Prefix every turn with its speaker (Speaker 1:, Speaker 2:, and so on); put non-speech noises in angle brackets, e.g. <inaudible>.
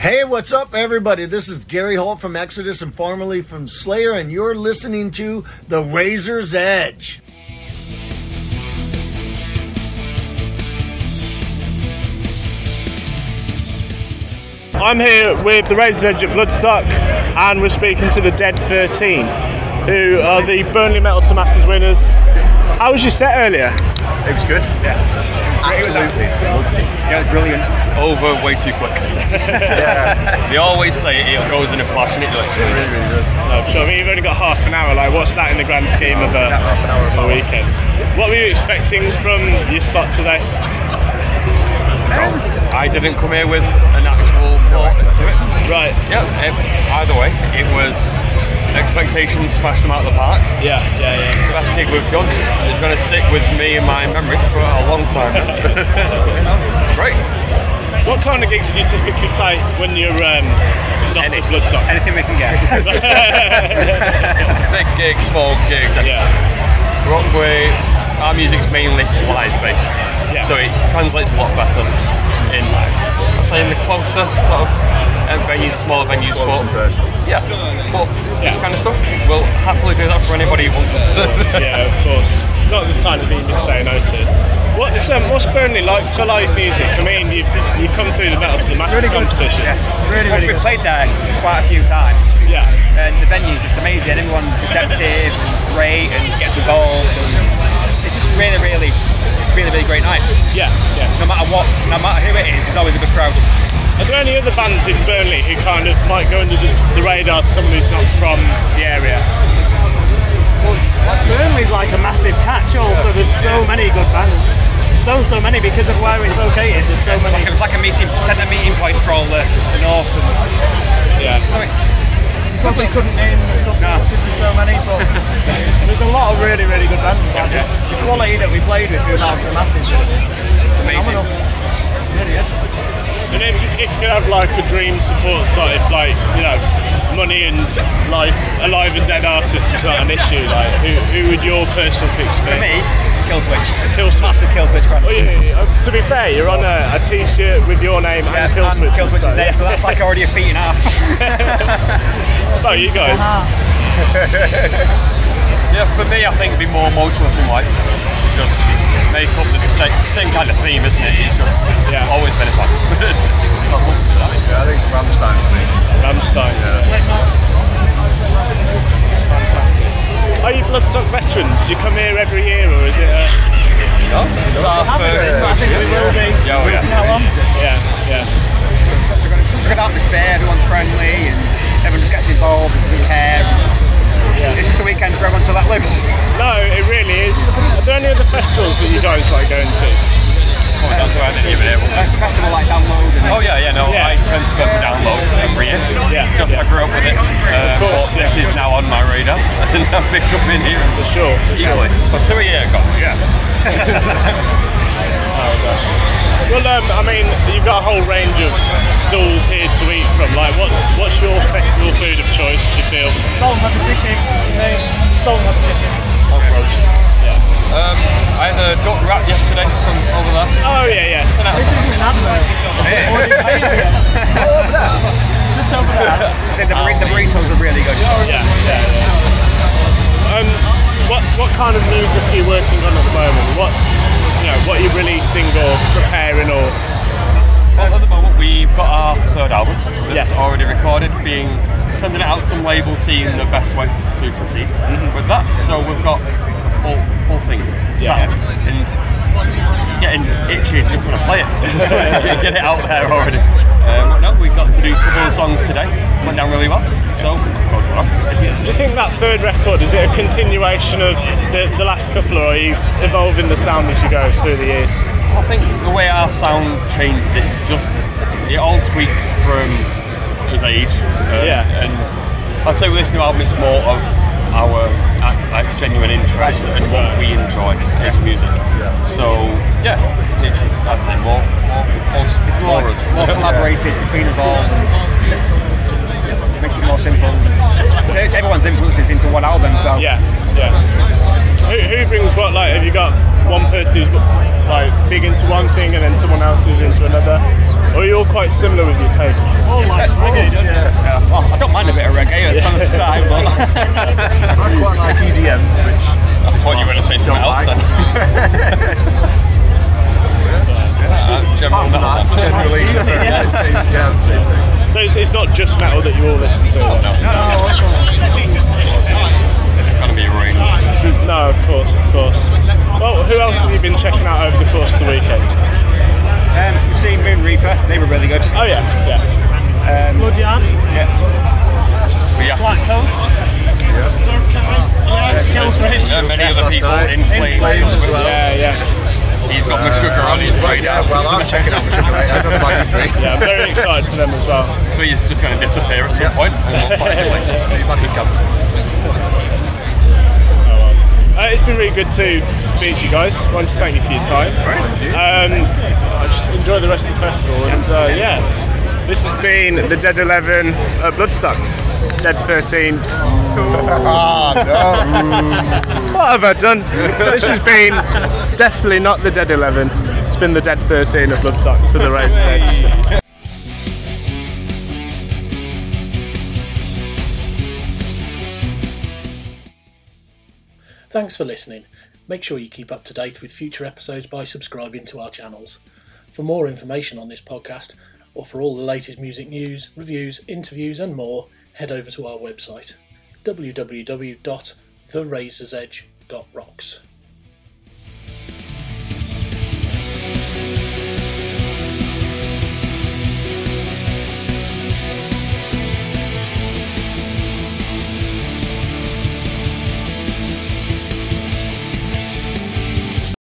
Speaker 1: Hey, what's up, everybody? This is Gary Holt from Exodus and formerly from Slayer, and you're listening to The Razor's Edge.
Speaker 2: I'm here with the Razor's Edge at Bloodstock, and we're speaking to the Dead 13, who are the Burnley Metal to Masters winners. How was your set earlier?
Speaker 3: It was good. Yeah. Absolutely. Lovely. Yeah, brilliant.
Speaker 4: over way too
Speaker 3: <laughs>
Speaker 4: quick. they always say it, it goes in a flash and it
Speaker 3: It
Speaker 4: literally.
Speaker 3: really, really good.
Speaker 2: No, sure. I mean, you've only got half an hour. Like, what's that in the grand scheme of a,
Speaker 3: half an hour
Speaker 2: of a weekend? What were you expecting from your slot today?
Speaker 4: I didn't come here with an actual thought to it.
Speaker 2: Right.
Speaker 4: Yeah, it, either way, it was expectations smashed them out of the park.
Speaker 2: Yeah, yeah,
Speaker 4: So that's the gig we've done. It's going to stick with me and my memories for a long time. Great.
Speaker 2: yeah. <laughs> What kind of gigs do you typically play when you're um, not at Bloodstock?
Speaker 3: Anything we can get.
Speaker 4: <laughs> Big gigs, small gigs.
Speaker 2: yeah.
Speaker 4: Rockway, our music's mainly live based.
Speaker 2: Yeah.
Speaker 4: So it translates a lot better in live. I'd say in the closer sort of um, venues, smaller venues,
Speaker 3: Close and
Speaker 4: but
Speaker 3: personal.
Speaker 4: yeah, but this
Speaker 2: Yeah.
Speaker 4: kind of stuff, we'll happily do that for anybody who wants us.
Speaker 2: <laughs>
Speaker 4: <laughs>
Speaker 2: yeah, of course. It's not the kind of music to say no to. What's um, what's Burnley like for live music? I mean, you've you've come through the metal to the masters competition.
Speaker 5: Yeah,
Speaker 3: Really, really
Speaker 5: we
Speaker 3: good.
Speaker 5: played there quite a few times,
Speaker 2: Yeah.
Speaker 5: and the venue's just amazing. Everyone's receptive, and great, and gets involved. And it's just really, really, really, really great night.
Speaker 2: yeah, yeah.
Speaker 5: No matter what, no matter who it is, there's always a good crowd.
Speaker 2: Are there any other bands in Burnley who kind of might go under the, the radar to someone who's not from the area?
Speaker 6: Burnley's like a massive catch-all, so there's so many good bands. So, so many because of where it's located. There's so many.
Speaker 5: It was like a meeting, centre meeting point for all the, the north. And,
Speaker 2: Yeah.
Speaker 5: so it's probably couldn't name no.
Speaker 6: Because there's so many,
Speaker 5: <laughs>
Speaker 6: but there's a lot of really, really good bands. Like just the quality that we played with, the amount of masses was phenomenal. Really good.
Speaker 2: And if, if you have like a dream support site, if, like you know, money and like alive and dead artists is not an issue, like who, who would your personal picks be?
Speaker 5: For me, Killswitch.
Speaker 2: Killswitch.
Speaker 5: Massive Killswitch fan.
Speaker 2: Oh, yeah, yeah, yeah. To be fair, you're on a, a t-shirt with your name
Speaker 5: Yeah,
Speaker 2: and Killswitch.
Speaker 5: and Killswitch is there, so that's like already a feet and a half.
Speaker 2: <laughs>
Speaker 5: <laughs>
Speaker 2: oh, you guys.
Speaker 5: Uh-huh.
Speaker 6: Ah.
Speaker 4: Yeah, for me, I think it'd be more motionless in white. Just make up the same, same kind of theme, isn't it? It's just
Speaker 2: Yeah.
Speaker 4: always been a fan. <laughs>
Speaker 3: Yeah, I think Ramstein for me.
Speaker 2: Ramstein. Fantastic. Are you Bloodstock veterans? Do you come here every year, or is it? uh, A,
Speaker 4: It's our first-
Speaker 5: I think we will be.
Speaker 4: Yeah, oh, yeah.
Speaker 2: yeah, yeah,
Speaker 5: It's a good, it's a good atmosphere, everyone's friendly, and everyone just gets involved and doesn't care.
Speaker 2: yeah.
Speaker 5: It's just a weekend for everyone to let loose.
Speaker 2: No, it really is. Are there any other festivals that you guys like going to?
Speaker 4: Oh, That's why I didn't even able
Speaker 5: A festival like Download and
Speaker 4: Oh yeah, yeah, no,
Speaker 2: Yeah.
Speaker 4: I tend to go to download every year.
Speaker 2: Yeah,
Speaker 4: Just
Speaker 2: yeah.
Speaker 4: I grew up with it. Uh,
Speaker 2: course,
Speaker 4: but this
Speaker 2: yeah.
Speaker 4: is now on my radar, <laughs> and I pick up in here
Speaker 2: For sure.
Speaker 4: eagerly. For two a year ago.
Speaker 2: Yeah. <laughs> Well, um, I mean, you've got a whole range of stalls here to eat from. Like, what's what's your festival food of choice? You feel?
Speaker 6: Salt and pepper chicken. Mate. Salt and pepper chicken.
Speaker 4: Um, I had a duck wrap yesterday from over there.
Speaker 2: Oh yeah, yeah.
Speaker 6: This isn't an advert. Just over there.
Speaker 5: so the, burri- the burritos are really good.
Speaker 2: Yeah, yeah. Um, what what kind of music are you working on at the moment? What's you know what are you releasing or preparing or
Speaker 4: Well, at the moment we've got our third album that's
Speaker 2: Yes.
Speaker 4: already recorded, being sending it out to some labels, seeing the best way to proceed
Speaker 2: Mm-hmm.
Speaker 4: with that. So we've got a full full thing
Speaker 2: Yeah.
Speaker 4: sat and getting itchy just want to play it, <laughs> just want to get it out there already. Um, no, we got to do a couple of songs today, went down really well. So go to us.
Speaker 2: do you think that third record is it a continuation of the, the last couple or are you evolving the sound as you go through the years?
Speaker 4: I think the way our sound changes, it's just it all tweaks from his age. uh,
Speaker 2: Yeah.
Speaker 4: And I'd say with this new album, it's more of our uh, like genuine interest and what we enjoy as music. So yeah, it's, I'd say more, more, more,
Speaker 5: It's more,
Speaker 4: us. <laughs>
Speaker 5: more collaborated between us all. Makes it more simple. So it's everyone's influences into one album, so <laughs>
Speaker 2: Yeah, yeah. Who, who brings what? Like, have you got one person who's like big into one thing and then someone else is into another? Or are you all quite similar with your tastes?
Speaker 6: All likes reggae, don't you?
Speaker 4: Yeah. Well, I don't mind a bit of reggae at times, time, but
Speaker 3: I quite like EDM, which
Speaker 4: I thought you were going to say something
Speaker 3: Don't
Speaker 4: else.
Speaker 3: like.
Speaker 4: Then. <laughs>
Speaker 5: <laughs>
Speaker 4: Uh, general
Speaker 3: apart from that,
Speaker 4: knowledge. <laughs>
Speaker 3: generally, yeah, the same, yeah, the same thing.
Speaker 2: So it's, it's not just metal that you all listen to.
Speaker 4: No, no, it's going to be a rain.
Speaker 2: No, of course, of course. Well, who else have you been checking out over the course of the weekend?
Speaker 5: Um, we've seen Moon Reaper. They were really good.
Speaker 2: Oh yeah, yeah.
Speaker 5: Um,
Speaker 6: Blood Yard,
Speaker 4: We have
Speaker 6: Black Coast, Skills Rich.
Speaker 4: yeah, many
Speaker 3: Yes,
Speaker 4: other
Speaker 3: last
Speaker 4: people
Speaker 3: night.
Speaker 4: in flames.
Speaker 3: Flames as
Speaker 4: but
Speaker 3: well.
Speaker 2: Yeah, yeah,
Speaker 4: He's got my sugar on his
Speaker 3: Well,
Speaker 4: right
Speaker 3: yeah,
Speaker 4: now.
Speaker 3: well, I'm checking out my sugar right now. That's my
Speaker 4: <laughs>
Speaker 3: drink.
Speaker 2: yeah. I'm very excited for them as well.
Speaker 4: So he's just going to disappear at some
Speaker 3: Yeah.
Speaker 4: point, and we'll find him later. <laughs>
Speaker 3: See if I can come.
Speaker 2: Oh, well. Uh, it's been really good to speak to you guys. I want to thank you for your time. Um, I just enjoy the rest of the festival, and uh, yeah, this has been the Dead Eleven at Bloodstock. Dead 13.
Speaker 3: Ah, no.
Speaker 2: What have I done? <laughs> This has been definitely not the Dead 11. It's been the Dead 13 of Bloodstock for the race.
Speaker 7: Thanks for listening. Make sure you keep up to date with future episodes by subscribing to our channels. For more information on this podcast, or for all the latest music news, reviews, interviews, and more, head over to our website www.therazorsedge.rocks.